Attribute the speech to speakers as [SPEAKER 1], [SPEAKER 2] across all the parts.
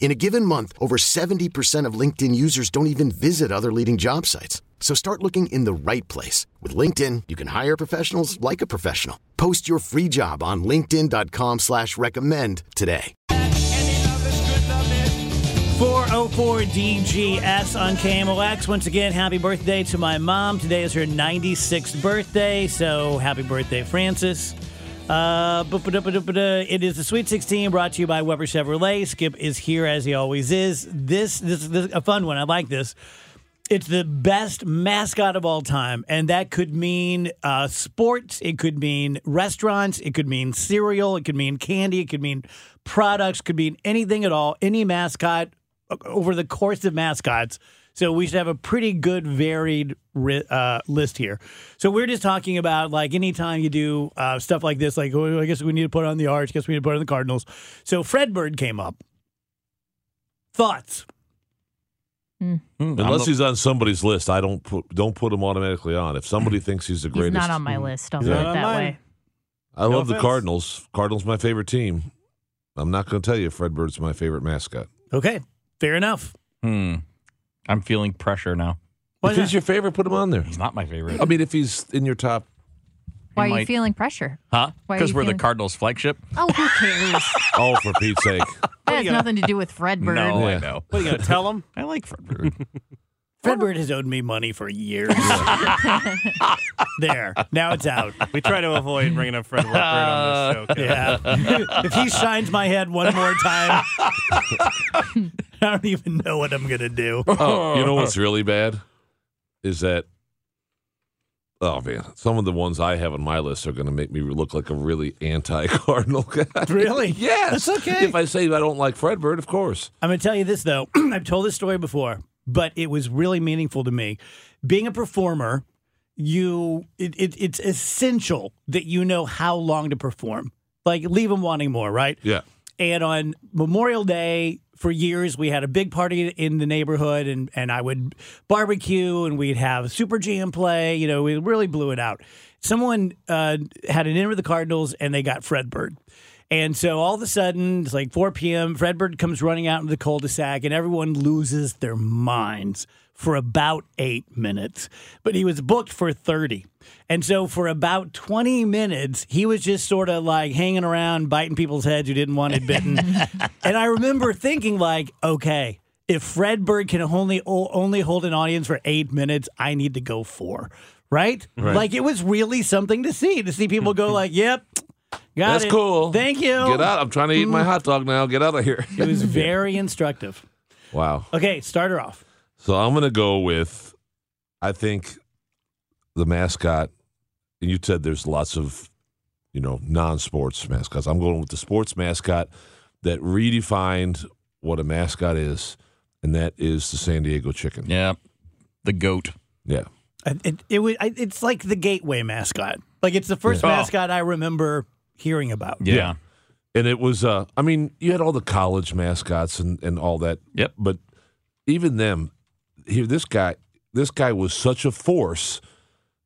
[SPEAKER 1] In a given month, over 70% of LinkedIn users don't even visit other leading job sites. So start looking in the right place. With LinkedIn, you can hire professionals like a professional. Post your free job on linkedin.com slash recommend today.
[SPEAKER 2] Any of it's good love it.
[SPEAKER 3] 404 DGS on KMOX. Once again, happy birthday to my mom. Today is her 96th birthday, so happy birthday, Francis. Uh, boop-a-doop-a-doop-a-da. it is the Sweet 16 brought to you by Weber Chevrolet. Skip is here as he always is. This, this, this is a fun one. I like this. It's the best mascot of all time, and that could mean uh, sports. It could mean restaurants. It could mean cereal. It could mean candy. It could mean products. Could mean anything at all. Any mascot o- over the course of mascots. So we should have a pretty good varied ri- uh, list here. So we're just talking about like anytime you do uh, stuff like this, like oh, I guess we need to put on the Arch. Guess we need to put on the Cardinals. So Fred Bird came up. Thoughts.
[SPEAKER 4] Unless he's on somebody's list, I don't put don't put him automatically on. If somebody thinks he's the
[SPEAKER 5] He's
[SPEAKER 4] greatest,
[SPEAKER 5] not on my list. Don't
[SPEAKER 4] Yeah.
[SPEAKER 5] put
[SPEAKER 4] Not
[SPEAKER 5] it
[SPEAKER 4] on
[SPEAKER 5] that
[SPEAKER 3] mine.
[SPEAKER 5] way.
[SPEAKER 4] I love the Cardinals. Cardinals my favorite team. I'm not going to tell you Fred Bird's my favorite mascot.
[SPEAKER 3] Okay, fair enough.
[SPEAKER 6] Hmm. I'm feeling pressure now.
[SPEAKER 3] Why
[SPEAKER 4] if
[SPEAKER 3] not?
[SPEAKER 4] he's your favorite, put him on there.
[SPEAKER 6] He's not my favorite.
[SPEAKER 4] I mean, if he's in your top,
[SPEAKER 5] Why are
[SPEAKER 6] He
[SPEAKER 5] you
[SPEAKER 6] might-
[SPEAKER 5] feeling pressure?
[SPEAKER 6] Huh?
[SPEAKER 5] Why are
[SPEAKER 6] Because
[SPEAKER 5] you
[SPEAKER 6] we're
[SPEAKER 5] feeling-
[SPEAKER 6] the Cardinals flagship.
[SPEAKER 5] Oh, who cares?
[SPEAKER 4] oh, for Pete's sake,
[SPEAKER 5] that has nothing to do with Fred Bird.
[SPEAKER 3] Oh,
[SPEAKER 6] No,
[SPEAKER 4] Yeah.
[SPEAKER 6] I know.
[SPEAKER 2] What are you gonna tell them?
[SPEAKER 6] I like Fred Bird.
[SPEAKER 3] Fred Bird has owed me money for years. there. Now it's out.
[SPEAKER 2] We try to avoid bringing up Fred Bird on this show. 'cause-
[SPEAKER 3] Yeah. if he shines my head one more time, I don't even know what I'm going to do.
[SPEAKER 4] Oh, you know what's really bad is that. Oh man, some of the ones I have on my list are going to make me look like a really anti-Cardinal guy.
[SPEAKER 3] Really?
[SPEAKER 4] Yes.
[SPEAKER 3] That's okay.
[SPEAKER 4] If I say I don't like Fred Bird, of course.
[SPEAKER 3] I'm going to tell you this, though. I've told this story before, but it was really meaningful to me. Being a performer, you it, it, it's essential that you know how long to perform. Like, leave them wanting more, right?
[SPEAKER 4] Yeah.
[SPEAKER 3] And on Memorial Day, for years, we had a big party in the neighborhood, and, and I would barbecue and we'd have Super Jam play. You know, we really blew it out. Someone uh, had an in with the Cardinals, and they got Fred Bird. And so all of a sudden, it's like 4 p.m., Fred Bird comes running out into the cul de sac, and everyone loses their minds for about eight minutes. But he was booked for 30. And so for about 20 minutes, he was just sort of like hanging around, biting people's heads who didn't want it bitten. and I remember thinking, like, okay, if Fred Bird can only o- only hold an audience for eight minutes, I need to go four. Right? Like it was really something to see to see people go like, "Yep, got
[SPEAKER 4] That's
[SPEAKER 3] it.
[SPEAKER 4] cool.
[SPEAKER 3] Thank you.
[SPEAKER 4] Get out. I'm trying to eat my hot dog now. Get out of here.
[SPEAKER 3] It was very instructive.
[SPEAKER 4] wow.
[SPEAKER 3] Okay, start her off.
[SPEAKER 4] So I'm going to go with, I think, the mascot. And you said there's lots of, you know, non-sports mascots. I'm going with the sports mascot that redefined what a mascot is, and that is the San Diego Chicken.
[SPEAKER 6] yeah. The goat.
[SPEAKER 4] Yeah.
[SPEAKER 3] I- It, it was. I, it's like the gateway mascot. Like it's the first
[SPEAKER 6] Yeah. Oh.
[SPEAKER 3] mascot I remember hearing about.
[SPEAKER 6] Yeah.
[SPEAKER 4] And it was, uh, I mean, you had all the college mascots and, and all that.
[SPEAKER 6] Yep.
[SPEAKER 4] But even them, here, this guy, this guy was such a force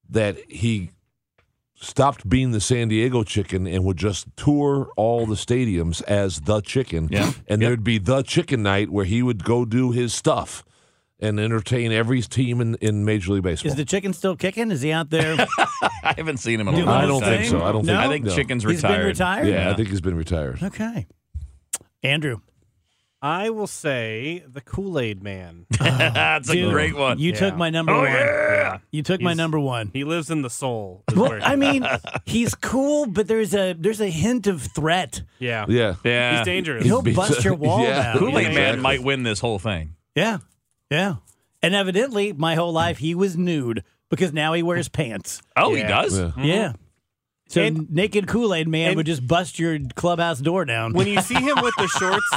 [SPEAKER 4] that he stopped being the San Diego chicken and would just tour all the stadiums as the chicken.
[SPEAKER 6] Yeah.
[SPEAKER 4] And there'd be the chicken night where he would go do his stuff and entertain every team in, in Major League Baseball.
[SPEAKER 3] Is the chicken still kicking? Is he out there?
[SPEAKER 6] I haven't seen him in a
[SPEAKER 3] Dude,
[SPEAKER 6] long
[SPEAKER 4] I
[SPEAKER 6] time.
[SPEAKER 4] don't think so. I don't
[SPEAKER 3] No?
[SPEAKER 4] think
[SPEAKER 6] I think
[SPEAKER 4] no.
[SPEAKER 6] Chicken's
[SPEAKER 3] He's been
[SPEAKER 6] retired.
[SPEAKER 3] retired?
[SPEAKER 4] Yeah, I think he's been retired.
[SPEAKER 3] okay, Andrew.
[SPEAKER 2] I will say the Kool Aid Man.
[SPEAKER 6] That's a
[SPEAKER 3] Dude,
[SPEAKER 6] great one.
[SPEAKER 3] You took
[SPEAKER 2] Yeah.
[SPEAKER 3] my number
[SPEAKER 6] Oh,
[SPEAKER 3] one.
[SPEAKER 6] yeah.
[SPEAKER 3] You took my
[SPEAKER 2] He's-
[SPEAKER 3] number one.
[SPEAKER 2] He lives in the soul. is
[SPEAKER 3] Well,
[SPEAKER 2] where he-
[SPEAKER 3] I mean, he's cool, but there's a there's a hint of threat.
[SPEAKER 2] yeah.
[SPEAKER 4] Yeah.
[SPEAKER 6] Yeah.
[SPEAKER 2] He's dangerous.
[SPEAKER 3] He'll
[SPEAKER 4] Beats-
[SPEAKER 3] bust your wall
[SPEAKER 4] Yeah.
[SPEAKER 3] down.
[SPEAKER 6] Kool Aid Man
[SPEAKER 2] Yeah,
[SPEAKER 4] exactly.
[SPEAKER 6] might win this whole thing.
[SPEAKER 3] Yeah, yeah. And evidently, my whole life he was nude because now he wears pants.
[SPEAKER 6] Oh, he
[SPEAKER 2] Yeah.
[SPEAKER 6] does?
[SPEAKER 4] Yeah.
[SPEAKER 3] Yeah. So
[SPEAKER 2] Mm-hmm. And-
[SPEAKER 3] naked Kool Aid man
[SPEAKER 2] and-
[SPEAKER 3] would just bust your clubhouse door down.
[SPEAKER 2] when you see him with the shorts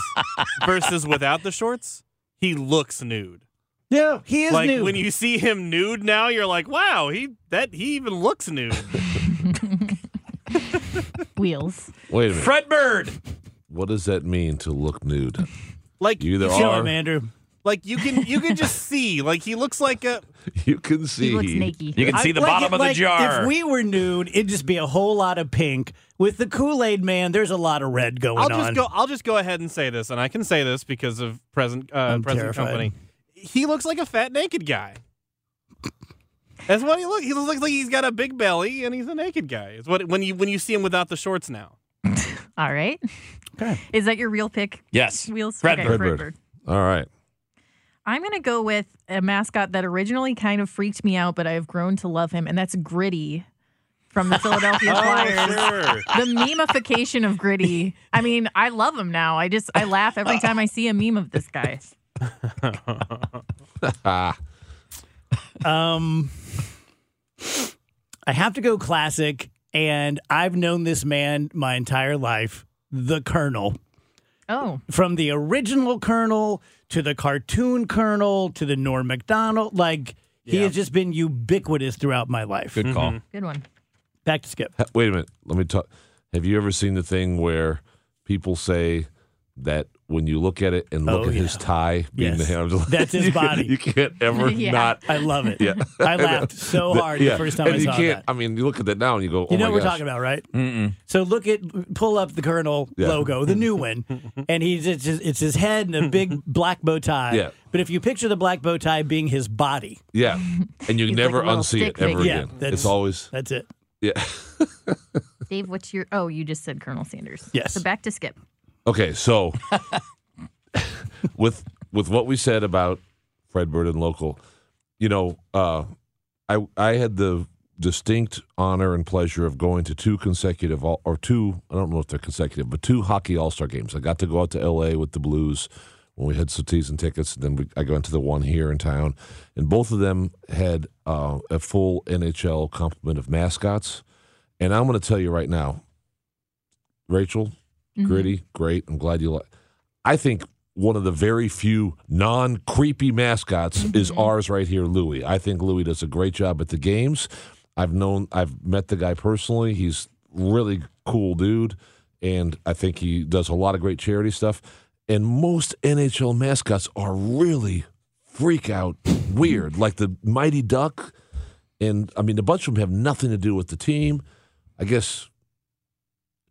[SPEAKER 2] versus without the shorts, he looks nude.
[SPEAKER 3] yeah, he is
[SPEAKER 2] like
[SPEAKER 3] nude.
[SPEAKER 2] when you see him nude now, you're like, wow, he that he even looks nude.
[SPEAKER 5] Wheels.
[SPEAKER 4] Wait a minute.
[SPEAKER 6] Fred Bird.
[SPEAKER 4] What does that mean to look nude?
[SPEAKER 2] Like
[SPEAKER 4] You either
[SPEAKER 3] Show
[SPEAKER 4] are.
[SPEAKER 3] him, Andrew.
[SPEAKER 2] like you can you can just see like he looks like a
[SPEAKER 4] You can see.
[SPEAKER 5] He looks naked.
[SPEAKER 6] You can see
[SPEAKER 3] I-
[SPEAKER 6] the
[SPEAKER 3] like
[SPEAKER 6] bottom
[SPEAKER 3] it-
[SPEAKER 6] of the
[SPEAKER 3] like,
[SPEAKER 6] jar.
[SPEAKER 3] If we were nude, it'd just be a whole lot of pink. With the Kool Aid man, there's a lot of red going
[SPEAKER 2] I'll
[SPEAKER 3] on.
[SPEAKER 2] just go I'll just go ahead and say this and I can say this because of present uh
[SPEAKER 3] I'm
[SPEAKER 2] present
[SPEAKER 3] terrified.
[SPEAKER 2] company. He looks like a fat naked guy. That's what he looks. He looks like he's got a big belly and he's a naked guy. Is what when you when you see him without the shorts now.
[SPEAKER 5] All right.
[SPEAKER 3] Okay.
[SPEAKER 5] Is that your real pick?
[SPEAKER 6] yes.
[SPEAKER 5] Wheels.
[SPEAKER 6] Fred
[SPEAKER 5] okay,
[SPEAKER 6] Bird.
[SPEAKER 4] Bird. All right.
[SPEAKER 5] I'm going to go with a mascot that originally kind of freaked me out, but I have grown to love him, and that's Gritty from the Philadelphia
[SPEAKER 2] Oh,
[SPEAKER 5] Flyers.
[SPEAKER 2] sure.
[SPEAKER 5] the memification of Gritty. I mean, I love him now. I just I laugh every time I see a meme of this guy.
[SPEAKER 4] Ah,
[SPEAKER 3] Um, I have to go classic, and I've known this man my entire life, the Colonel.
[SPEAKER 5] Oh,
[SPEAKER 3] From the original Colonel to the cartoon Colonel to the Norm MacDonald, like he
[SPEAKER 2] Yeah.
[SPEAKER 3] has just been ubiquitous throughout my life.
[SPEAKER 6] Good call.
[SPEAKER 5] good one.
[SPEAKER 3] Back to Skip.
[SPEAKER 4] ha- wait a minute. Let me talk. Have you ever seen the thing where people say that when you look at it and look
[SPEAKER 3] Oh,
[SPEAKER 4] at his
[SPEAKER 3] yeah.
[SPEAKER 4] tie being
[SPEAKER 3] Yes.
[SPEAKER 4] the hand,
[SPEAKER 3] That's his
[SPEAKER 4] you,
[SPEAKER 3] body.
[SPEAKER 4] You can't ever
[SPEAKER 5] Yeah.
[SPEAKER 4] not.
[SPEAKER 3] I love it.
[SPEAKER 4] Yeah.
[SPEAKER 3] I laughed so
[SPEAKER 4] that-
[SPEAKER 3] hard the first time
[SPEAKER 4] and
[SPEAKER 3] I
[SPEAKER 4] you
[SPEAKER 3] saw
[SPEAKER 4] can't,
[SPEAKER 3] that.
[SPEAKER 4] I mean, you look at that now and you go,
[SPEAKER 3] You
[SPEAKER 4] oh
[SPEAKER 3] know
[SPEAKER 4] my
[SPEAKER 3] what we're
[SPEAKER 4] gosh.
[SPEAKER 3] talking about, right? So look at pull up the Colonel
[SPEAKER 4] Yeah.
[SPEAKER 3] logo, the new one, and he's it's his, it's his head and a big black bow tie.
[SPEAKER 4] Yeah.
[SPEAKER 3] But if you picture the black bow tie being his body,
[SPEAKER 4] Yeah. And you
[SPEAKER 5] He's
[SPEAKER 4] never
[SPEAKER 5] like a little
[SPEAKER 4] unsee
[SPEAKER 5] stick
[SPEAKER 4] it ever
[SPEAKER 5] figure.
[SPEAKER 3] Yeah,
[SPEAKER 4] again.
[SPEAKER 3] that's-
[SPEAKER 4] it's always,
[SPEAKER 3] that's it.
[SPEAKER 4] yeah.
[SPEAKER 5] Dave, what's your? Oh, you just said Colonel Sanders.
[SPEAKER 3] Yes.
[SPEAKER 5] So back to Skip.
[SPEAKER 4] Okay, so with with what we said about Fred Bird and local, you know, uh, I I had the distinct honor and pleasure of going to two consecutive all, or two I don't know if they're consecutive, but two hockey All Star games. I got to go out to L.A. with the Blues when we had some season tickets, and then we, I went to the one here in town, and both of them had uh, a full NHL complement of mascots. And I'm going to tell you right now, Rachel,
[SPEAKER 5] Mm-hmm.
[SPEAKER 4] gritty, great. I'm glad you like. I think one of the very few non creepy mascots is ours right here, Louis. I think Louis does a great job at the games. I've known, I've met the guy personally. He's really cool dude, and I think he does a lot of great charity stuff. And most NHL mascots are really freak out weird, like the Mighty Duck. And I mean, a bunch of them have nothing to do with the team. I guess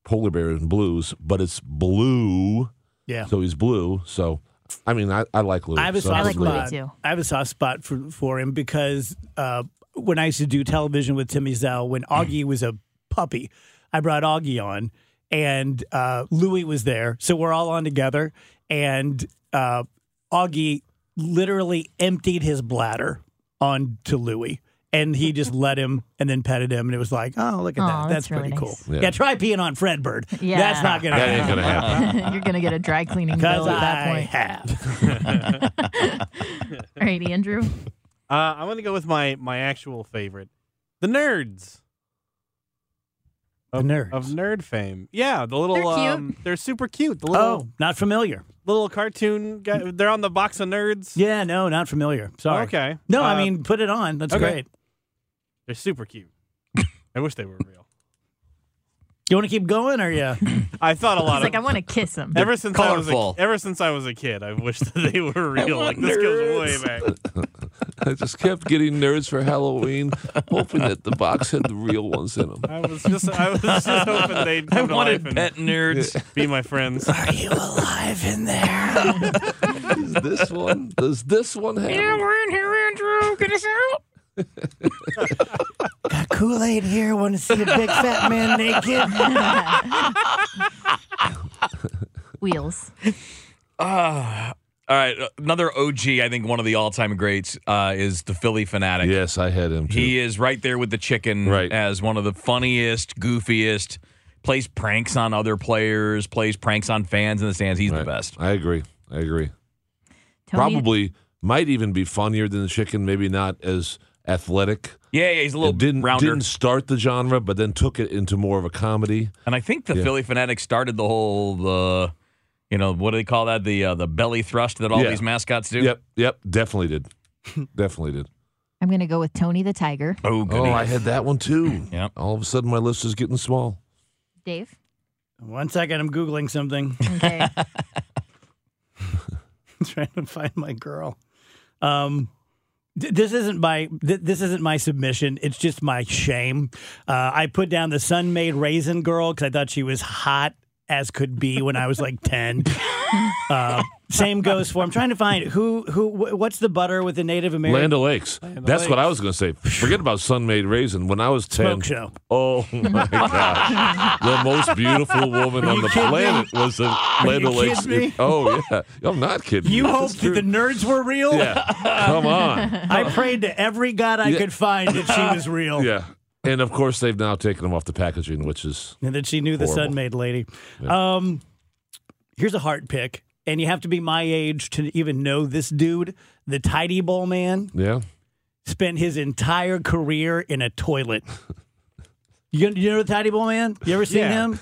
[SPEAKER 4] polar bear and blues, but it's blue.
[SPEAKER 3] Yeah.
[SPEAKER 4] So he's blue. So, I mean, I, I like Louis.
[SPEAKER 3] I have a
[SPEAKER 4] so
[SPEAKER 3] soft
[SPEAKER 5] I like
[SPEAKER 4] Louis.
[SPEAKER 3] spot.
[SPEAKER 5] too.
[SPEAKER 3] I have a soft spot for for him because uh, when I used to do television with Timmy Zell, when
[SPEAKER 5] Mm.
[SPEAKER 3] Augie was a puppy, I brought Augie on, and uh, Louis was there, so we're all on together, and uh, Augie literally emptied his bladder onto Louis. And he just let him and then petted him. And it was like, oh, look at
[SPEAKER 5] Aw,
[SPEAKER 3] that. That's,
[SPEAKER 5] that's really
[SPEAKER 3] pretty cool.
[SPEAKER 5] nice.
[SPEAKER 4] Yeah.
[SPEAKER 3] Yeah. try peeing on Fred Bird.
[SPEAKER 5] Mm-hmm. Yeah.
[SPEAKER 3] That's not going to
[SPEAKER 4] That ain't
[SPEAKER 3] happen.
[SPEAKER 4] going to happen.
[SPEAKER 5] You're gonna get a dry cleaning
[SPEAKER 3] Because I
[SPEAKER 5] bill at that point.
[SPEAKER 3] have.
[SPEAKER 5] All right, Andrew.
[SPEAKER 2] Uh, I'm gonna go with my my actual favorite, the nerds.
[SPEAKER 3] The
[SPEAKER 2] Of-
[SPEAKER 3] nerds.
[SPEAKER 2] of nerd fame. Yeah, the little
[SPEAKER 5] They're cute.
[SPEAKER 2] um, they're super cute. The little
[SPEAKER 3] Oh, not familiar.
[SPEAKER 2] little cartoon guy. They're on the box of nerds.
[SPEAKER 3] Yeah, no, not familiar. Sorry.
[SPEAKER 2] Okay.
[SPEAKER 3] No,
[SPEAKER 2] Uh,
[SPEAKER 3] I mean, put it on. That's
[SPEAKER 2] okay.
[SPEAKER 3] great.
[SPEAKER 2] they're super cute. I wish they were real.
[SPEAKER 3] You want to keep going or yeah?
[SPEAKER 2] I thought a lot
[SPEAKER 5] It's
[SPEAKER 2] of
[SPEAKER 5] like I want to kiss him.
[SPEAKER 2] ever since I was
[SPEAKER 6] Colorful.
[SPEAKER 2] a, ever since I was a kid. I wished that they were real. Like this goes way back.
[SPEAKER 4] I just kept getting nerds for Halloween, hoping that the box had the real ones in them.
[SPEAKER 2] I was just I was just hoping they'd
[SPEAKER 6] I
[SPEAKER 2] come to
[SPEAKER 6] wanted
[SPEAKER 2] life and
[SPEAKER 6] pet nerds.
[SPEAKER 2] be my friends.
[SPEAKER 3] Are you alive in there?
[SPEAKER 4] Is this one? Does this one have? it?
[SPEAKER 5] we're in here, Andrew. Get us out.
[SPEAKER 3] Got Kool Aid here. Want to see a big fat man naked?
[SPEAKER 5] Wheels.
[SPEAKER 6] Uh, all right, another OG. I think one of the all-time greats uh, is the Philly fanatic.
[SPEAKER 4] Yes, I had him too.
[SPEAKER 6] He is right there with the chicken
[SPEAKER 4] Right.
[SPEAKER 6] as one of the funniest, goofiest. Plays pranks on other players. Plays pranks on fans in the stands. He's the
[SPEAKER 4] Right.
[SPEAKER 6] best.
[SPEAKER 4] I agree. I agree.
[SPEAKER 5] Tony,
[SPEAKER 4] Probably might even be funnier than the chicken. Maybe not as athletic.
[SPEAKER 6] Yeah, yeah he's a little
[SPEAKER 4] It didn't
[SPEAKER 6] rounder.
[SPEAKER 4] didn't start the genre, but then took it into more of a comedy.
[SPEAKER 6] And I think the Philly Fanatic started the whole the you know what do they call that the uh, the belly thrust that all
[SPEAKER 4] Yeah.
[SPEAKER 6] these mascots do.
[SPEAKER 4] Yep, yep, definitely did. definitely did.
[SPEAKER 5] I'm going to go with Tony the Tiger.
[SPEAKER 6] Oh, goody.
[SPEAKER 4] Oh, I had that one too.
[SPEAKER 6] Yep.
[SPEAKER 4] All of a sudden, my list is getting small.
[SPEAKER 5] Dave?
[SPEAKER 3] One second, I'm Googling something.
[SPEAKER 5] Okay.
[SPEAKER 3] trying to find my girl. Um, th- this isn't my th- this isn't my submission. It's just my shame. Uh, I put down the sun made raisin girl because I thought she was hot as could be when I was like ten. Uh, same goes for. I'm trying to find who who wh- what's the butter with the Native American
[SPEAKER 4] Land O'Lakes. That's what I was going to say. Forget about Sun Made Raisin. When I was 10.
[SPEAKER 3] smoke show.
[SPEAKER 4] Oh my gosh. the most beautiful woman on the planet was a Land
[SPEAKER 3] you
[SPEAKER 4] O'Lakes.
[SPEAKER 3] kidding me?
[SPEAKER 4] Oh, yeah. I'm not kidding.
[SPEAKER 3] You
[SPEAKER 4] That's
[SPEAKER 3] hoped that
[SPEAKER 4] true.
[SPEAKER 3] the nerds were real.
[SPEAKER 4] Yeah. Come on.
[SPEAKER 3] I prayed to every god I
[SPEAKER 4] Yeah.
[SPEAKER 3] could find that she was real.
[SPEAKER 4] Yeah. And of course, they've now taken them off the packaging, which is
[SPEAKER 3] And that she knew the
[SPEAKER 4] Horrible.
[SPEAKER 3] sun made lady. Um, here's a heart pick, and you have to be my age to even know this dude. The tidy bowl man
[SPEAKER 4] yeah.
[SPEAKER 3] spent his entire career in a toilet. You, you know the tidy bowl man? You ever seen
[SPEAKER 2] Yeah.
[SPEAKER 3] him?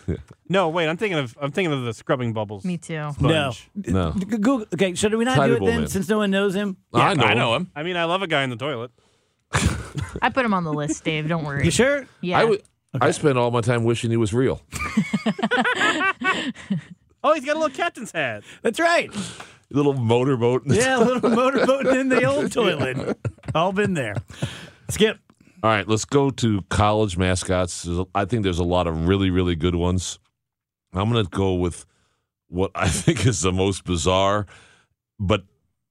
[SPEAKER 2] No, wait. I'm thinking of I'm thinking of the scrubbing bubbles.
[SPEAKER 5] Me too.
[SPEAKER 3] No.
[SPEAKER 2] sponge.
[SPEAKER 4] No.
[SPEAKER 3] G- Google. Okay, so do we not
[SPEAKER 4] Tidy
[SPEAKER 3] do it
[SPEAKER 4] Bowl
[SPEAKER 3] then,
[SPEAKER 4] Man.
[SPEAKER 3] since no one knows him?
[SPEAKER 4] I know.
[SPEAKER 6] I know him.
[SPEAKER 2] I mean, I love a guy in the toilet.
[SPEAKER 5] I put him on the list, Dave. Don't worry.
[SPEAKER 3] You sure?
[SPEAKER 5] Yeah.
[SPEAKER 4] I would- I spent all my time wishing he was real.
[SPEAKER 2] Oh, he's got a little captain's hat.
[SPEAKER 3] That's right.
[SPEAKER 4] Little motorboat.
[SPEAKER 3] Yeah, a little motorboat in the old toilet. All been there. Skip.
[SPEAKER 4] All right, let's go to college mascots. There's a- I think there's a lot of really, really good ones. I'm going to go with what I think is the most bizarre, but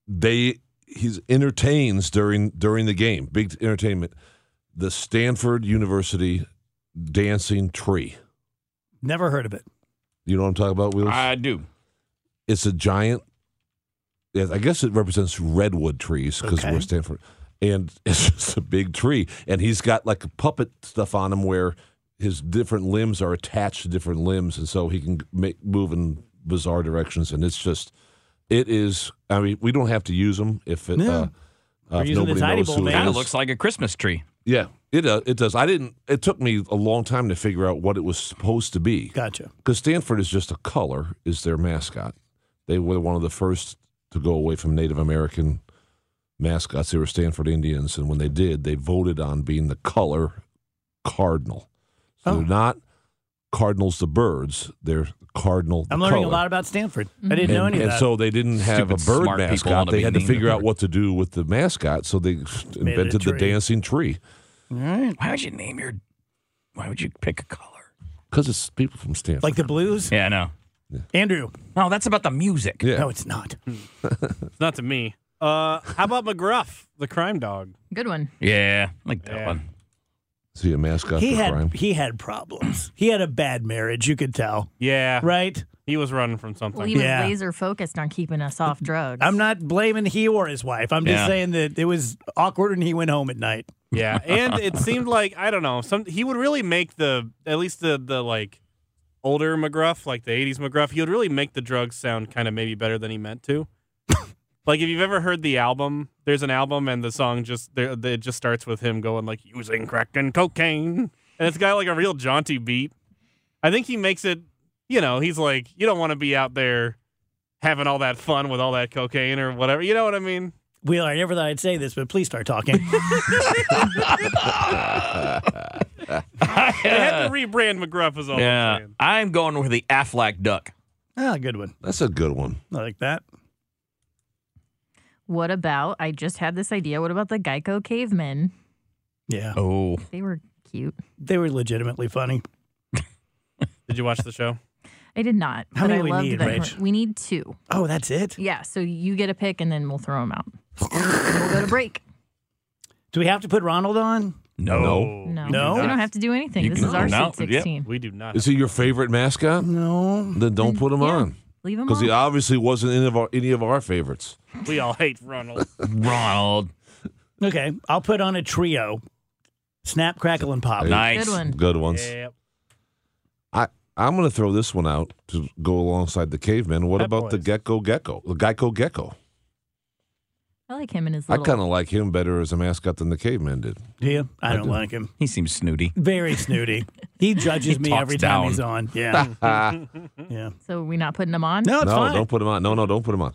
[SPEAKER 4] they he entertains during during the game. Big entertainment. The Stanford University dancing tree.
[SPEAKER 3] Never heard of it.
[SPEAKER 4] You know what I'm talking about, Wheels?
[SPEAKER 6] I do.
[SPEAKER 4] it's a giant. Yes, I guess it represents redwood trees because
[SPEAKER 3] Okay.
[SPEAKER 4] we're Stanford, and it's just a big tree. And he's got like a puppet stuff on him where his different limbs are attached to different limbs, and so he can make move in bizarre directions. And it's just, it is. I mean, we don't have to use them if it.
[SPEAKER 3] No.
[SPEAKER 4] Uh, uh, if
[SPEAKER 3] using the
[SPEAKER 4] nobody
[SPEAKER 3] tiny
[SPEAKER 4] knows
[SPEAKER 3] bowl,
[SPEAKER 4] who it
[SPEAKER 3] man.
[SPEAKER 6] Kind
[SPEAKER 4] is.
[SPEAKER 6] of looks like a Christmas tree.
[SPEAKER 4] Yeah, it uh, it does. I didn't. It took me a long time to figure out what it was supposed to be
[SPEAKER 3] Gotcha.
[SPEAKER 4] because Stanford is just a color is their mascot. They were one of the first to go away from Native American mascots. They were Stanford Indians, and when they did, they voted on being the color cardinal. So
[SPEAKER 3] Oh.
[SPEAKER 4] they're not cardinals, the birds. They're cardinal. The
[SPEAKER 3] I'm learning
[SPEAKER 4] color.
[SPEAKER 3] a lot about Stanford. I didn't
[SPEAKER 4] And,
[SPEAKER 3] know any of
[SPEAKER 4] and
[SPEAKER 3] that.
[SPEAKER 4] so they didn't have
[SPEAKER 6] Stupid
[SPEAKER 4] a bird
[SPEAKER 6] smart people
[SPEAKER 4] mascot.
[SPEAKER 6] wanna
[SPEAKER 4] They
[SPEAKER 6] be
[SPEAKER 4] had to
[SPEAKER 6] named a
[SPEAKER 4] figure out
[SPEAKER 6] bird.
[SPEAKER 4] what to do with the mascot, so they invented the
[SPEAKER 3] tree.
[SPEAKER 4] dancing tree.
[SPEAKER 3] All right.
[SPEAKER 6] Why would you name your? Why would you pick a color?
[SPEAKER 4] Because it's people from Stanford.
[SPEAKER 3] Like the blues?
[SPEAKER 6] Yeah, I know.
[SPEAKER 3] Andrew.
[SPEAKER 6] No, that's about the music.
[SPEAKER 4] yeah.
[SPEAKER 3] No, it's not.
[SPEAKER 2] It's not to me. Uh, how about McGruff, the crime dog?
[SPEAKER 5] Good one.
[SPEAKER 6] Yeah, I like that
[SPEAKER 2] Yeah.
[SPEAKER 6] one.
[SPEAKER 4] See a mascot
[SPEAKER 3] He
[SPEAKER 4] for
[SPEAKER 3] had
[SPEAKER 4] crime.
[SPEAKER 3] he had problems. He had a bad marriage, you could tell.
[SPEAKER 2] Yeah,
[SPEAKER 3] Right?
[SPEAKER 2] he was running from
[SPEAKER 5] Well,
[SPEAKER 2] something.
[SPEAKER 5] he was
[SPEAKER 3] Yeah.
[SPEAKER 5] laser focused on keeping us off drugs.
[SPEAKER 3] I'm not blaming he or his wife. I'm just
[SPEAKER 6] Yeah.
[SPEAKER 3] saying that it was awkward when he went home at night.
[SPEAKER 2] Yeah, and it seemed like I don't know. Some he would really make the at least the the like older McGruff, like the '80s McGruff. He would really make the drugs sound kind of maybe better than he meant to. like if you've ever heard the album, there's an album and the song just there it just starts with him going like using crack and cocaine, and it's got like a real jaunty beat. I think he makes it. You know, he's like you don't want to be out there having all that fun with all that cocaine or whatever. You know what I mean?
[SPEAKER 3] Wheeler, I never thought I'd say this, but please start talking.
[SPEAKER 2] They had to rebrand McGruff as all. I'm
[SPEAKER 6] yeah,
[SPEAKER 2] saying.
[SPEAKER 6] I'm going with the Aflac duck.
[SPEAKER 3] ah, good one.
[SPEAKER 4] That's a good one.
[SPEAKER 3] I like that.
[SPEAKER 5] what about? I just had this idea. What about the Geico cavemen?
[SPEAKER 3] Yeah.
[SPEAKER 6] Oh,
[SPEAKER 5] They were cute.
[SPEAKER 3] They were legitimately funny.
[SPEAKER 2] Did you watch the show?
[SPEAKER 5] I did not.
[SPEAKER 3] How
[SPEAKER 5] but
[SPEAKER 3] many
[SPEAKER 5] I
[SPEAKER 3] we
[SPEAKER 5] loved
[SPEAKER 3] need,
[SPEAKER 5] that.
[SPEAKER 3] Rach?
[SPEAKER 5] We need two.
[SPEAKER 3] Oh, that's it?
[SPEAKER 5] Yeah. So you get a pick, and then we'll throw them out. And we'll go to break.
[SPEAKER 3] Do we have to put Ronald on?
[SPEAKER 6] no.
[SPEAKER 5] No,
[SPEAKER 3] No?
[SPEAKER 5] we don't have to do anything.
[SPEAKER 6] You
[SPEAKER 5] this
[SPEAKER 6] can-
[SPEAKER 5] is our
[SPEAKER 6] no,
[SPEAKER 5] Sweet
[SPEAKER 6] yeah.
[SPEAKER 5] Sixteen.
[SPEAKER 2] We do not.
[SPEAKER 4] Is he your favorite mascot?
[SPEAKER 3] No.
[SPEAKER 4] Then don't put him
[SPEAKER 5] yeah.
[SPEAKER 4] on.
[SPEAKER 5] Leave him
[SPEAKER 4] because he
[SPEAKER 5] alone.
[SPEAKER 4] obviously wasn't any of our any of our favorites.
[SPEAKER 2] We all hate Ronald.
[SPEAKER 6] Ronald.
[SPEAKER 3] Okay, I'll put on a trio: snap, crackle, and pop.
[SPEAKER 6] Nice.
[SPEAKER 5] Good one.
[SPEAKER 4] Good ones.
[SPEAKER 2] yep.
[SPEAKER 4] I I'm gonna throw this one out to go alongside the caveman. What
[SPEAKER 2] Pep
[SPEAKER 4] about the
[SPEAKER 2] boys.
[SPEAKER 4] gecko gecko? The gecko gecko.
[SPEAKER 5] I like him and his
[SPEAKER 4] I
[SPEAKER 5] little.
[SPEAKER 4] kind of like him better as a mascot than the caveman did.
[SPEAKER 3] Do you? I don't
[SPEAKER 4] do.
[SPEAKER 3] like him.
[SPEAKER 6] He seems snooty.
[SPEAKER 3] Very snooty. He judges
[SPEAKER 6] He
[SPEAKER 3] me
[SPEAKER 6] talks
[SPEAKER 3] every
[SPEAKER 6] down.
[SPEAKER 3] time he's on. Yeah,
[SPEAKER 4] Ah,
[SPEAKER 3] yeah.
[SPEAKER 5] so we not putting him on.
[SPEAKER 3] No, it's
[SPEAKER 4] no,
[SPEAKER 3] fine.
[SPEAKER 4] don't put him on. No, no, don't put him on.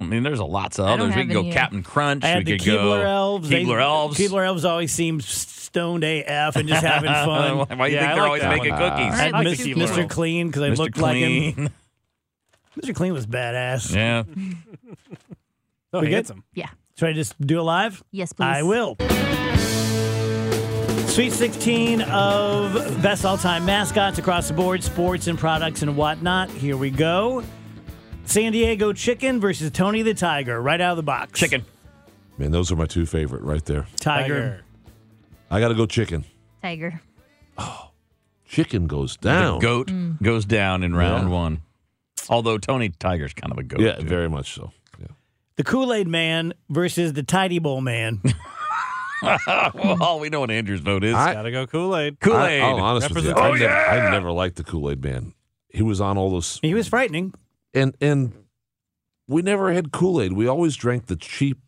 [SPEAKER 6] I mean, there's a lots of
[SPEAKER 5] I don't
[SPEAKER 6] others. We
[SPEAKER 5] have
[SPEAKER 6] could go
[SPEAKER 5] any.
[SPEAKER 6] Captain Crunch.
[SPEAKER 3] I had the
[SPEAKER 6] we could go
[SPEAKER 3] Keebler elves. They-
[SPEAKER 6] Keebler elves.
[SPEAKER 3] Keebler elves always seem stoned AF and just having fun.
[SPEAKER 6] Why do you
[SPEAKER 2] Yeah,
[SPEAKER 6] think they're
[SPEAKER 2] I like
[SPEAKER 6] always
[SPEAKER 2] that
[SPEAKER 6] making
[SPEAKER 4] one.
[SPEAKER 6] cookies?
[SPEAKER 5] All
[SPEAKER 3] I had
[SPEAKER 5] I like
[SPEAKER 3] Mis-
[SPEAKER 5] the Keebler
[SPEAKER 3] Mr.
[SPEAKER 5] elves.
[SPEAKER 3] Clean because I
[SPEAKER 6] Mr.
[SPEAKER 3] looked like him.
[SPEAKER 6] Clean.
[SPEAKER 3] Mr. Clean was badass.
[SPEAKER 6] yeah.
[SPEAKER 2] So
[SPEAKER 3] We good?
[SPEAKER 2] Oh, handsome.
[SPEAKER 5] Yeah.
[SPEAKER 3] Should I just do a live?
[SPEAKER 5] Yes, please.
[SPEAKER 3] I will. Sweet 16 of best all time mascots across the board, sports and products and whatnot. Here we go. San Diego Chicken versus Tony the Tiger, right out of the box.
[SPEAKER 6] Chicken.
[SPEAKER 4] Man, those are my two favorite right there.
[SPEAKER 3] Tiger.
[SPEAKER 4] I gotta go chicken.
[SPEAKER 5] Tiger.
[SPEAKER 4] Chicken goes down.
[SPEAKER 6] The goat
[SPEAKER 5] Mm.
[SPEAKER 6] goes down in round
[SPEAKER 4] Yeah.
[SPEAKER 6] one. Although Tony Tiger's kind of a goat.
[SPEAKER 4] yeah,
[SPEAKER 6] too.
[SPEAKER 4] very much so. Yeah.
[SPEAKER 3] The Kool Aid Man versus the Tidy Bowl Man.
[SPEAKER 6] well, we know what Andrew's vote is.
[SPEAKER 4] I-
[SPEAKER 2] Gotta go Kool Aid.
[SPEAKER 6] Kool
[SPEAKER 4] I,
[SPEAKER 6] Aid.
[SPEAKER 4] am honest with you.
[SPEAKER 6] Represent-
[SPEAKER 4] I,
[SPEAKER 6] Oh,
[SPEAKER 4] never,
[SPEAKER 6] yeah!
[SPEAKER 4] I never liked the Kool Aid Man. He was on all those,
[SPEAKER 3] he was frightening.
[SPEAKER 4] and and we never had Kool Aid. We always drank the cheap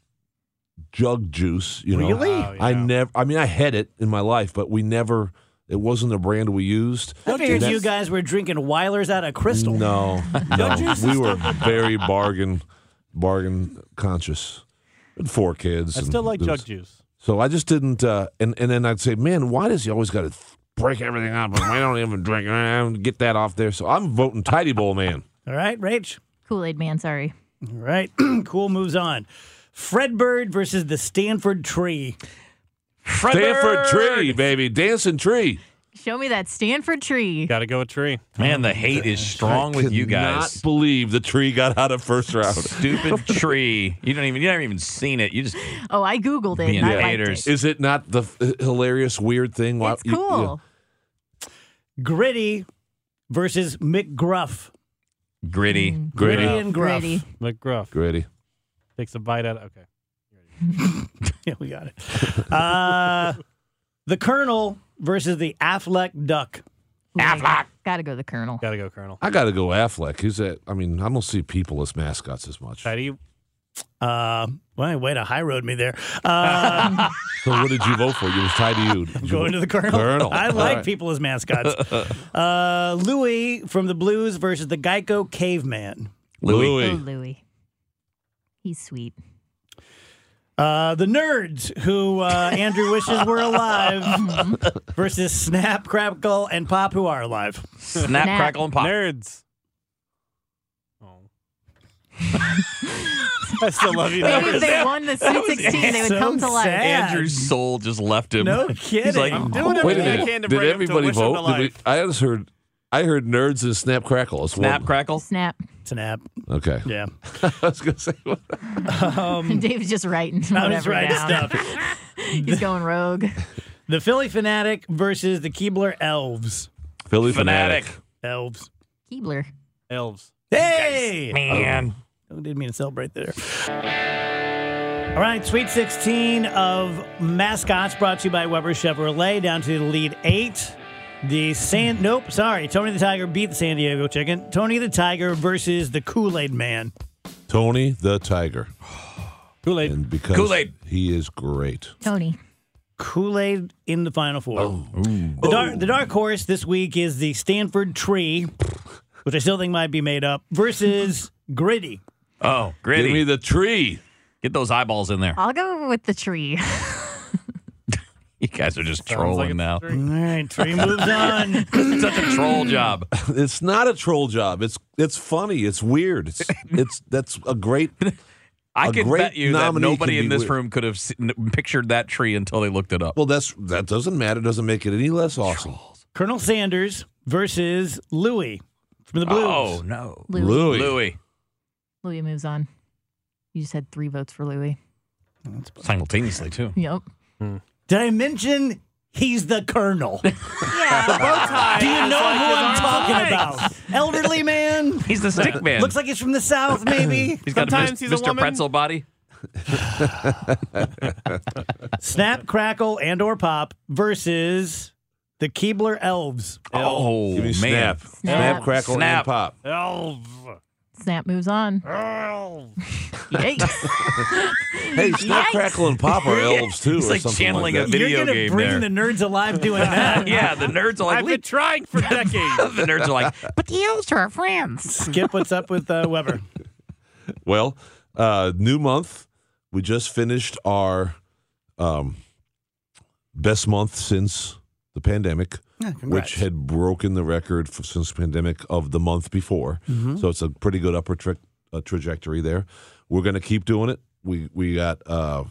[SPEAKER 4] jug juice. You know,
[SPEAKER 3] Really?
[SPEAKER 2] Oh,
[SPEAKER 4] I
[SPEAKER 2] yeah.
[SPEAKER 4] never. I mean, I had it in my life, but we never. It wasn't a brand we used.
[SPEAKER 3] I figured
[SPEAKER 4] That's-
[SPEAKER 3] you guys were drinking Weilers out of crystal.
[SPEAKER 4] No, no, we were very bargain, bargain conscious. With Four kids.
[SPEAKER 2] I
[SPEAKER 4] and
[SPEAKER 2] still like
[SPEAKER 4] it was-
[SPEAKER 2] jug juice.
[SPEAKER 4] So I just didn't, uh, and and then I'd say, man, why does he always got to th- break everything up? And I don't even drink. I don't get that off there. So I'm voting Tidy Bowl man.
[SPEAKER 3] All right, Rach.
[SPEAKER 5] Kool Aid Man. Sorry.
[SPEAKER 3] All right, cool. Moves on. Fred Bird versus the Stanford Tree.
[SPEAKER 6] Fred
[SPEAKER 4] Stanford
[SPEAKER 6] Bird.
[SPEAKER 4] Tree, baby, dancing tree.
[SPEAKER 5] Show me that Stanford tree.
[SPEAKER 2] Gotta go a tree.
[SPEAKER 6] Man, the hate is strong with you guys.
[SPEAKER 4] Not believe the tree got out of first round.
[SPEAKER 6] Stupid tree. You don't even. You haven't even seen it. You just.
[SPEAKER 5] Oh, I googled it.
[SPEAKER 6] Being
[SPEAKER 5] and I liked
[SPEAKER 6] haters.
[SPEAKER 5] it.
[SPEAKER 4] Is it not the f- hilarious weird thing? Why-
[SPEAKER 5] It's
[SPEAKER 4] you- you-
[SPEAKER 5] cool.
[SPEAKER 3] Gritty versus McGruff.
[SPEAKER 6] Gritty.
[SPEAKER 5] Mm.
[SPEAKER 4] Gritty.
[SPEAKER 3] Gritty and Gruff.
[SPEAKER 5] Gritty.
[SPEAKER 2] McGruff
[SPEAKER 4] Gritty.
[SPEAKER 2] takes a bite out. of Okay.
[SPEAKER 3] Yeah, we got it. Uh, the Colonel versus the Affleck Duck.
[SPEAKER 5] Affleck. Gotta go the Colonel.
[SPEAKER 2] Gotta go Colonel.
[SPEAKER 4] I got to go Affleck. He's a. I mean, I don't see people as mascots as much.
[SPEAKER 2] Tidy.
[SPEAKER 3] Uh, well, way to high road me there. Uh,
[SPEAKER 4] So what did you vote for? You was Tidy you. Did you
[SPEAKER 3] going to the Colonel.
[SPEAKER 4] Colonel.
[SPEAKER 3] I
[SPEAKER 4] All
[SPEAKER 3] like
[SPEAKER 4] right.
[SPEAKER 3] people as mascots. Uh, Louie from the Blues versus the Geico Caveman.
[SPEAKER 6] Louis.
[SPEAKER 5] Oh,
[SPEAKER 4] Louis.
[SPEAKER 5] Louis. He's sweet.
[SPEAKER 3] Uh, the nerds who uh, Andrew wishes were alive versus Snap, Crackle, and Pop who are alive.
[SPEAKER 6] Snap,
[SPEAKER 5] Snap.
[SPEAKER 6] crackle, and pop.
[SPEAKER 2] Nerds. Oh. I still love you.
[SPEAKER 5] Maybe if
[SPEAKER 2] nerds.
[SPEAKER 5] they won the Sweet 16, they would
[SPEAKER 3] so
[SPEAKER 5] come to life.
[SPEAKER 3] sad.
[SPEAKER 6] Andrew's soul just left him.
[SPEAKER 3] No
[SPEAKER 6] He's
[SPEAKER 3] kidding.
[SPEAKER 6] like,
[SPEAKER 3] I'm
[SPEAKER 2] doing
[SPEAKER 4] Wait a
[SPEAKER 2] everything I
[SPEAKER 4] minute.
[SPEAKER 2] can to
[SPEAKER 4] Did
[SPEAKER 2] bring him to
[SPEAKER 4] everybody
[SPEAKER 2] wish him
[SPEAKER 4] vote? Did
[SPEAKER 2] alive.
[SPEAKER 4] we, I just heard. I heard nerds and snap crackle. It's
[SPEAKER 6] snap,
[SPEAKER 4] one.
[SPEAKER 6] crackle.
[SPEAKER 5] Snap.
[SPEAKER 3] Snap.
[SPEAKER 4] Okay.
[SPEAKER 3] Yeah.
[SPEAKER 4] I was gonna say. what-
[SPEAKER 5] Dave's just writing
[SPEAKER 3] I
[SPEAKER 5] whatever
[SPEAKER 3] was writing
[SPEAKER 5] down.
[SPEAKER 3] stuff.
[SPEAKER 5] He's going rogue.
[SPEAKER 3] The Philly Fanatic versus the Keebler Elves.
[SPEAKER 4] Philly
[SPEAKER 6] Fanatic.
[SPEAKER 3] Elves.
[SPEAKER 5] Keebler.
[SPEAKER 2] Elves.
[SPEAKER 3] Hey! Oh,
[SPEAKER 6] Man.
[SPEAKER 3] I didn't mean to celebrate there. All right, Sweet 16 of mascots brought to you by Weber Chevrolet down to the lead eight. The San, nope, sorry. Tony the Tiger beat the San Diego Chicken. Tony the Tiger versus the Kool Aid Man.
[SPEAKER 4] Tony the Tiger,
[SPEAKER 2] Kool Aid.
[SPEAKER 4] and because
[SPEAKER 6] Kool-Aid.
[SPEAKER 4] he is great.
[SPEAKER 5] Tony.
[SPEAKER 3] Kool Aid in the Final Four.
[SPEAKER 4] Oh.
[SPEAKER 3] The, dark, the dark horse this week is the Stanford Tree, which I still think might be made up, versus Gritty.
[SPEAKER 6] Oh,
[SPEAKER 4] Give
[SPEAKER 6] gritty.
[SPEAKER 4] me the tree.
[SPEAKER 6] Get those eyeballs in there.
[SPEAKER 5] I'll go with the tree.
[SPEAKER 6] You guys are just
[SPEAKER 2] Sounds
[SPEAKER 6] trolling
[SPEAKER 2] like it's
[SPEAKER 6] now.
[SPEAKER 3] All right, Tree moves on.
[SPEAKER 6] Such a troll job.
[SPEAKER 4] It's not a troll job. It's it's funny. It's weird. It's it's that's a great.
[SPEAKER 6] I
[SPEAKER 4] A
[SPEAKER 6] can
[SPEAKER 4] great
[SPEAKER 6] bet you that
[SPEAKER 4] nominee
[SPEAKER 6] nobody
[SPEAKER 4] can
[SPEAKER 6] in
[SPEAKER 4] be
[SPEAKER 6] this
[SPEAKER 4] weird.
[SPEAKER 6] room could have se- n- pictured that tree until they looked it up.
[SPEAKER 4] Well, that's that doesn't matter. Doesn't make it any less awesome.
[SPEAKER 3] Colonel Sanders versus Louie from the Blues.
[SPEAKER 6] Oh no,
[SPEAKER 5] Louis.
[SPEAKER 4] Louis.
[SPEAKER 6] Louis.
[SPEAKER 5] Louis moves on. You just had three votes for Louis.
[SPEAKER 6] Simultaneously too.
[SPEAKER 5] Yep.
[SPEAKER 3] Did I mention He's the colonel. Do
[SPEAKER 5] Yeah.
[SPEAKER 3] you know
[SPEAKER 2] like
[SPEAKER 3] who
[SPEAKER 2] his
[SPEAKER 3] I'm
[SPEAKER 2] arms
[SPEAKER 3] talking
[SPEAKER 2] and
[SPEAKER 3] about? Elderly man.
[SPEAKER 6] He's the stick man.
[SPEAKER 3] Looks like he's from the south, maybe.
[SPEAKER 6] he's got
[SPEAKER 2] Sometimes
[SPEAKER 6] a mis-
[SPEAKER 2] he's a
[SPEAKER 6] Mr.
[SPEAKER 2] woman.
[SPEAKER 6] Pretzel body.
[SPEAKER 3] Snap, crackle, and or pop versus the Keebler Elves.
[SPEAKER 6] Oh
[SPEAKER 4] Give me
[SPEAKER 6] man,
[SPEAKER 4] snap. snap,
[SPEAKER 5] Snap.
[SPEAKER 4] crackle,
[SPEAKER 6] Snap.
[SPEAKER 4] and pop.
[SPEAKER 5] Snap moves on. Yikes.
[SPEAKER 4] Hey, snap,
[SPEAKER 5] Yikes.
[SPEAKER 4] crackle, and pop are elves too,
[SPEAKER 6] It's
[SPEAKER 4] or
[SPEAKER 6] like
[SPEAKER 4] something
[SPEAKER 6] channeling
[SPEAKER 4] like
[SPEAKER 6] a
[SPEAKER 4] that.
[SPEAKER 6] video
[SPEAKER 3] You're gonna
[SPEAKER 6] game
[SPEAKER 3] bring
[SPEAKER 6] there.
[SPEAKER 3] the nerds alive doing that.
[SPEAKER 6] yeah, the nerds are like.
[SPEAKER 2] I've been
[SPEAKER 6] "Leave-"
[SPEAKER 2] trying for decades.
[SPEAKER 6] the nerds are like, but the elves are our friends.
[SPEAKER 3] Skip, what's up with uh, Weber?
[SPEAKER 4] Well, uh, new month. We just finished our um, best month since the pandemic, which had broken the record for, since the pandemic of the month before. So it's a pretty good upper tra- uh, trajectory there. We're going to keep doing it. We we got uh,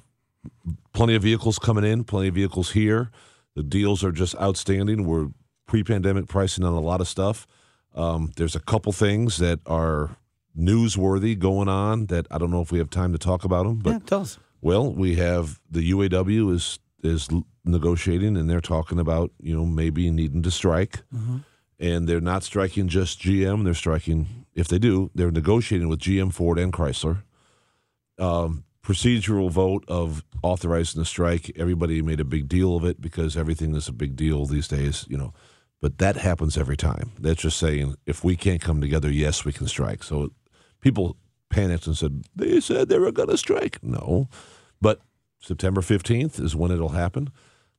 [SPEAKER 4] plenty of vehicles coming in, plenty of vehicles here. The deals are just outstanding. We're pre-pandemic pricing on a lot of stuff. Um, there's a couple things that are newsworthy going on that I don't know if we have time to talk about them. But
[SPEAKER 3] yeah, tell us.
[SPEAKER 4] well, we have the UAW is is l- negotiating, and they're talking about you know maybe needing to strike, and they're not striking just GM. They're striking if they do, they're negotiating with GM, Ford, and Chrysler. Um, procedural vote of authorizing the strike. Everybody made a big deal of it because everything is a big deal these days, you know. But that happens every time. That's just saying if we can't come together, yes, we can strike. So people panicked and said they said they were going to strike. No, but September 15th is when it'll happen.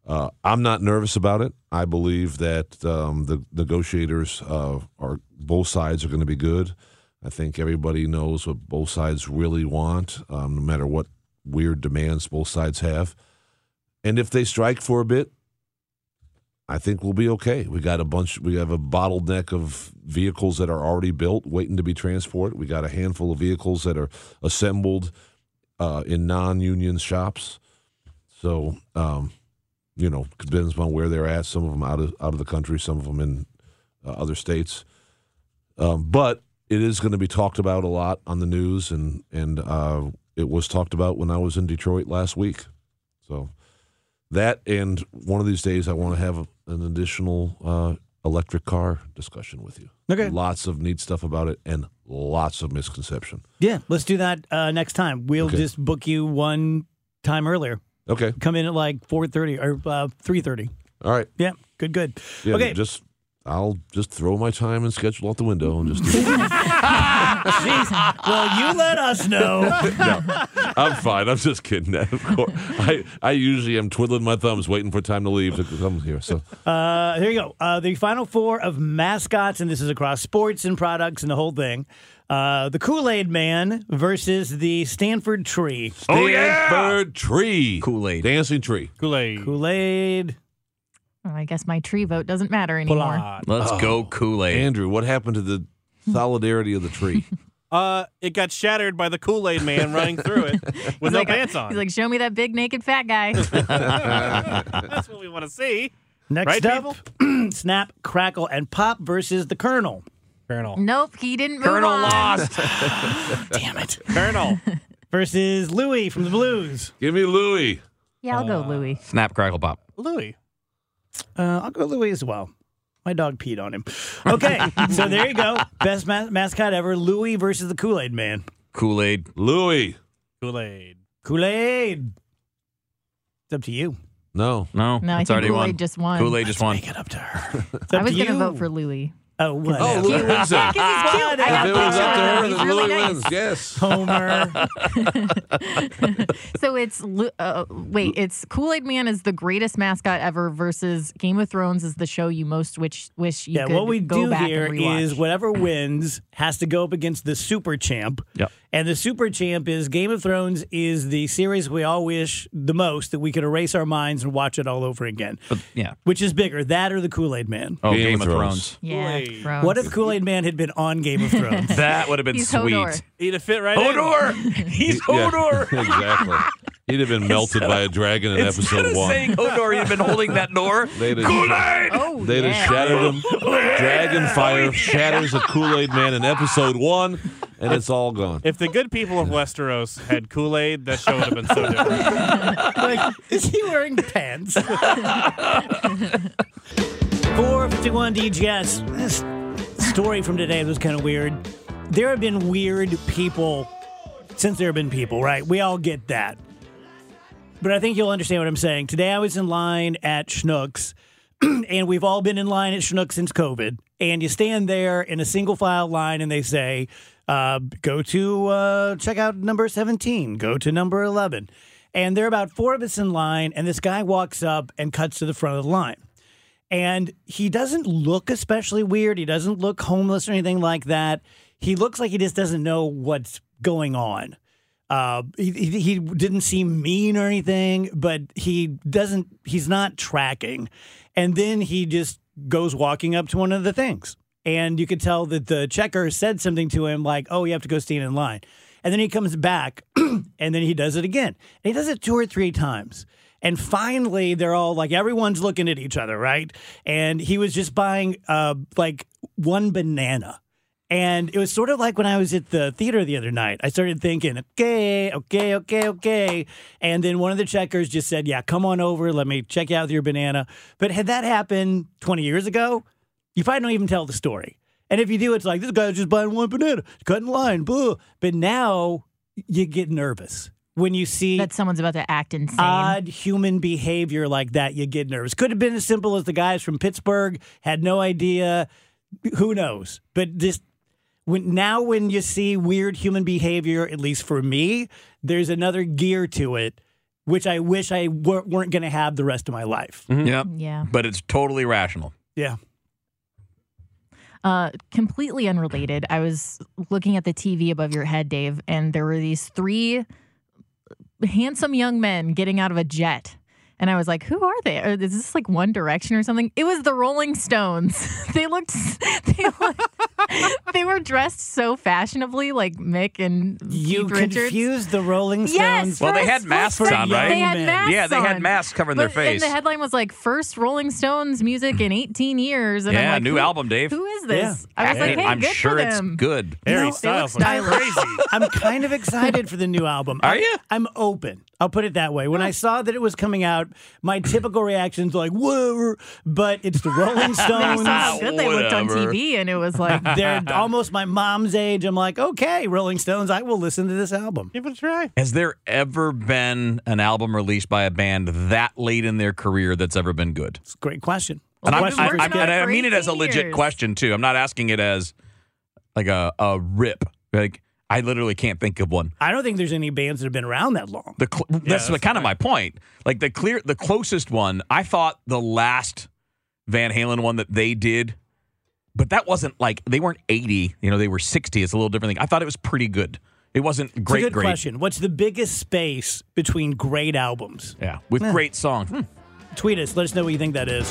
[SPEAKER 4] Uh, I'm not nervous about it. I believe that um, the negotiators uh, are both sides are going to be good. I think everybody knows what both sides really want, um, no matter what weird demands both sides have. And if they strike for a bit, I think we'll be okay. We got a bunch. We have a bottleneck of vehicles that are already built, waiting to be transported. We got a handful of vehicles that are assembled uh, in non-union shops. So, um, you know, depends on where they're at. Some of them out of out of the country. Some of them in uh, other states. Um, but it is going to be talked about a lot on the news, and and uh, it was talked about when I was in Detroit last week. So that and one of these days, I want to have an additional uh, electric car discussion with you.
[SPEAKER 3] Okay.
[SPEAKER 4] Lots of neat stuff about it, and lots of misconception.
[SPEAKER 3] Yeah, let's do that uh, next time. We'll
[SPEAKER 4] Okay.
[SPEAKER 3] just book you one time earlier.
[SPEAKER 4] Okay.
[SPEAKER 3] Come in at like four thirty or uh, three thirty.
[SPEAKER 4] All right.
[SPEAKER 3] Yeah, good, good.
[SPEAKER 4] Yeah,
[SPEAKER 3] okay,
[SPEAKER 4] Just I'll just throw my time and schedule out the window and just. Do it.
[SPEAKER 3] Jeez. well, you let us know.
[SPEAKER 4] I'm fine. I'm just kidding. Of course, I I usually am twiddling my thumbs, waiting for time to leave to come here. So
[SPEAKER 3] Uh, here you go. Uh, the final four of mascots, and this is across sports and products and the whole thing. Uh, the Kool Aid Man versus the Stanford Tree.
[SPEAKER 4] oh yeah, bird tree,
[SPEAKER 6] Kool-Aid.
[SPEAKER 4] dancing tree. Oh.
[SPEAKER 2] Kool-Aid.
[SPEAKER 3] Kool Aid.
[SPEAKER 5] Well, I guess my tree vote doesn't matter anymore.
[SPEAKER 6] Let's
[SPEAKER 4] Oh.
[SPEAKER 6] go Kool Aid.
[SPEAKER 4] Andrew, what happened to the solidarity of the tree?
[SPEAKER 2] Uh, it got shattered by the Kool-Aid man running through it with no
[SPEAKER 5] like,
[SPEAKER 2] pants on.
[SPEAKER 5] He's like, show me that big naked fat guy.
[SPEAKER 2] That's what we want to see.
[SPEAKER 3] Next
[SPEAKER 2] Right,
[SPEAKER 3] up, Snap, Crackle, and Pop versus the Colonel.
[SPEAKER 2] Colonel.
[SPEAKER 5] nope, he didn't move
[SPEAKER 6] Colonel
[SPEAKER 5] on.
[SPEAKER 6] lost.
[SPEAKER 3] Damn it.
[SPEAKER 2] Colonel.
[SPEAKER 3] Versus Louie from the Blues.
[SPEAKER 4] Give me Louie.
[SPEAKER 5] Yeah, I'll go Louis.
[SPEAKER 6] Snap, crackle, pop.
[SPEAKER 2] Louis.
[SPEAKER 3] Uh, I'll go Louis as well. My dog peed on him. Okay, so there you go. Best ma- mascot ever Louie versus the Kool Aid Man.
[SPEAKER 6] Kool Aid.
[SPEAKER 4] Louie.
[SPEAKER 2] Kool-Aid.
[SPEAKER 3] Kool Aid. It's up to you.
[SPEAKER 4] No.
[SPEAKER 6] No,
[SPEAKER 5] No, I
[SPEAKER 6] it's
[SPEAKER 5] think
[SPEAKER 6] already
[SPEAKER 5] Kool-Aid
[SPEAKER 6] won.
[SPEAKER 5] just won.
[SPEAKER 6] Kool Aid just won.
[SPEAKER 3] Make it up to her. It's
[SPEAKER 5] I
[SPEAKER 3] up
[SPEAKER 5] was
[SPEAKER 3] to
[SPEAKER 5] going to
[SPEAKER 3] you.
[SPEAKER 5] vote for Louis.
[SPEAKER 3] Oh, what?
[SPEAKER 4] Oh, Louie wins that.
[SPEAKER 5] Because he's cute. I got
[SPEAKER 4] If it was
[SPEAKER 5] pictures
[SPEAKER 4] up to
[SPEAKER 5] of
[SPEAKER 4] her,
[SPEAKER 5] him. He's really
[SPEAKER 4] then Louie
[SPEAKER 5] nice.
[SPEAKER 4] wins. Yes.
[SPEAKER 3] Homer.
[SPEAKER 5] So it's Lu- uh, wait, it's Kool Aid Man is the greatest mascot ever versus Game of Thrones is the show you most wish wish you
[SPEAKER 3] yeah,
[SPEAKER 5] could
[SPEAKER 3] what we
[SPEAKER 5] go
[SPEAKER 3] do
[SPEAKER 5] back
[SPEAKER 3] here
[SPEAKER 5] and rewatch.
[SPEAKER 3] is whatever wins has to go up against the super champ.
[SPEAKER 6] Yep.
[SPEAKER 3] And the super champ is Game of Thrones is the series we all wish the most that we could erase our minds and watch it all over again.
[SPEAKER 6] But yeah.
[SPEAKER 3] Which is bigger, that or the Kool Aid Man?
[SPEAKER 6] Oh,
[SPEAKER 4] Game
[SPEAKER 6] Game,
[SPEAKER 4] of
[SPEAKER 6] of Thrones.
[SPEAKER 5] yeah, Thrones.
[SPEAKER 3] What if Kool Aid Man had been on Game of Thrones?
[SPEAKER 6] That would have been
[SPEAKER 5] He's
[SPEAKER 6] sweet.
[SPEAKER 5] Hodor.
[SPEAKER 2] He'd have fit right in.
[SPEAKER 6] Hodor. He's
[SPEAKER 4] Yeah,
[SPEAKER 6] Hodor.
[SPEAKER 4] exactly. He'd have been melted by a dragon in
[SPEAKER 6] Instead
[SPEAKER 4] episode
[SPEAKER 6] of
[SPEAKER 4] one.
[SPEAKER 6] saying Hodor, he'd been holding that door.
[SPEAKER 4] They'd have-
[SPEAKER 6] Kool-Aid.
[SPEAKER 5] Oh,
[SPEAKER 4] They'd
[SPEAKER 5] yeah. Oh,
[SPEAKER 4] have shattered him. Dragon fire shatters a Kool Aid man in episode one, and it's all gone.
[SPEAKER 2] If the good people of Westeros had Kool Aid, that show would have been so different.
[SPEAKER 3] like, is he wearing pants? 451 DGS. This story from today was kind of weird. There have been weird people since there have been people, right? We all get that. But I think you'll understand what I'm saying. Today I was in line at Schnucks, and we've all been in line at Schnucks since COVID. And you stand there in a single file line, and they say, uh, go to uh, check out number 17, go to number 11. And there are about four of us in line, and this guy walks up and cuts to the front of the line and he doesn't look especially weird. He doesn't look homeless or anything like that. He looks like he just doesn't know what's going on. Uh, he, he, he didn't seem mean or anything, but he doesn't. He's not tracking. And then he just goes walking up to one of the things, and you could tell that the checker said something to him like, "Oh, you have to go stand in line." And then he comes back, and then he does it again. And he does it two or three times. And finally, they're all like, everyone's looking at each other, right? And he was just buying uh, like one banana. And it was sort of like when I was at the theater the other night. I started thinking, okay, okay, okay, okay. And then one of the checkers just said, yeah, come on over. Let me check you out with your banana. But had that happened 20 years ago, you probably don't even tell the story. And if you do, it's like, this guy's just buying one banana, cutting line, boo. But now you get nervous when you see
[SPEAKER 5] that someone's about to act insane.
[SPEAKER 3] odd human behavior like that, you get nervous. Could have been as simple as the guys from Pittsburgh had no idea. Who knows? But this when now when you see weird human behavior, at least for me, there's another gear to it, which I wish I wer- weren't going to have the rest of my life.
[SPEAKER 6] Yep.
[SPEAKER 5] yeah.
[SPEAKER 6] But it's totally rational.
[SPEAKER 3] Yeah.
[SPEAKER 5] Uh, completely unrelated. I was looking at the TV above your head, Dave, and there were these three handsome young men getting out of a jet. And I was like, who are they? Or Is this like One Direction or something? It was the Rolling Stones. they looked, they looked, they were dressed so fashionably, like Mick and
[SPEAKER 3] You
[SPEAKER 5] Keith Richards.
[SPEAKER 3] confused the Rolling
[SPEAKER 5] Yes,
[SPEAKER 3] Stones.
[SPEAKER 6] Well,
[SPEAKER 5] for
[SPEAKER 6] they
[SPEAKER 5] a
[SPEAKER 6] had
[SPEAKER 5] split
[SPEAKER 6] masks
[SPEAKER 5] second,
[SPEAKER 3] on, right?
[SPEAKER 5] They had
[SPEAKER 3] Yeah,
[SPEAKER 5] masks
[SPEAKER 6] yeah, they had
[SPEAKER 5] on.
[SPEAKER 6] masks covering their
[SPEAKER 5] But then
[SPEAKER 6] face.
[SPEAKER 5] the headline was like first Rolling Stones music in 18 years. And I'm
[SPEAKER 6] yeah,
[SPEAKER 5] like,
[SPEAKER 6] new
[SPEAKER 5] who-
[SPEAKER 6] album, Dave.
[SPEAKER 5] Who is this? I was
[SPEAKER 6] Hey,
[SPEAKER 5] like, hey,
[SPEAKER 6] I'm
[SPEAKER 5] good
[SPEAKER 6] sure
[SPEAKER 5] for
[SPEAKER 6] it's
[SPEAKER 5] them.
[SPEAKER 6] good.
[SPEAKER 2] Harry
[SPEAKER 3] No, they
[SPEAKER 2] Styles
[SPEAKER 5] look
[SPEAKER 2] looks
[SPEAKER 5] stylish.
[SPEAKER 2] crazy.
[SPEAKER 3] I'm kind of excited for the new album.
[SPEAKER 6] Are
[SPEAKER 3] I-
[SPEAKER 6] ya?
[SPEAKER 3] I'm open. I'll put it that way. When I saw that it was coming out, my typical reaction's like, whoa, but it's the Rolling
[SPEAKER 5] Then I
[SPEAKER 3] Stones.
[SPEAKER 5] saw how good they looked on
[SPEAKER 6] Whatever.
[SPEAKER 5] TV, and it was like,
[SPEAKER 3] They're almost my mom's age. I'm like, okay, Rolling Stones, I will listen to this album.
[SPEAKER 2] Give it a try.
[SPEAKER 6] Has there ever been an album released by a band that late in their career that's ever been good?
[SPEAKER 3] It's a great question.
[SPEAKER 6] And, I'm,
[SPEAKER 5] Well, they've
[SPEAKER 6] I,
[SPEAKER 5] been
[SPEAKER 6] I,
[SPEAKER 5] working on
[SPEAKER 6] and
[SPEAKER 5] it
[SPEAKER 6] I
[SPEAKER 5] for
[SPEAKER 6] mean it as a
[SPEAKER 5] 18
[SPEAKER 6] legit
[SPEAKER 5] years.
[SPEAKER 6] question too. I'm not asking it as like a, a rip. Like I literally can't think of one.
[SPEAKER 3] I don't think there's any bands that have been around that long.
[SPEAKER 6] The cl- that's,
[SPEAKER 2] that's
[SPEAKER 6] kind of my point. Like the clear, the closest one. I thought the last Van Halen one that they did, but that wasn't like they weren't 80. You know, they were 60. It's a little different thing. I thought it was pretty good. It wasn't great.
[SPEAKER 3] it's a good
[SPEAKER 6] great.
[SPEAKER 3] question. What's the biggest space between great albums?
[SPEAKER 6] Yeah, with great songs. Hmm.
[SPEAKER 3] Tweet us. Let us know what you think that is.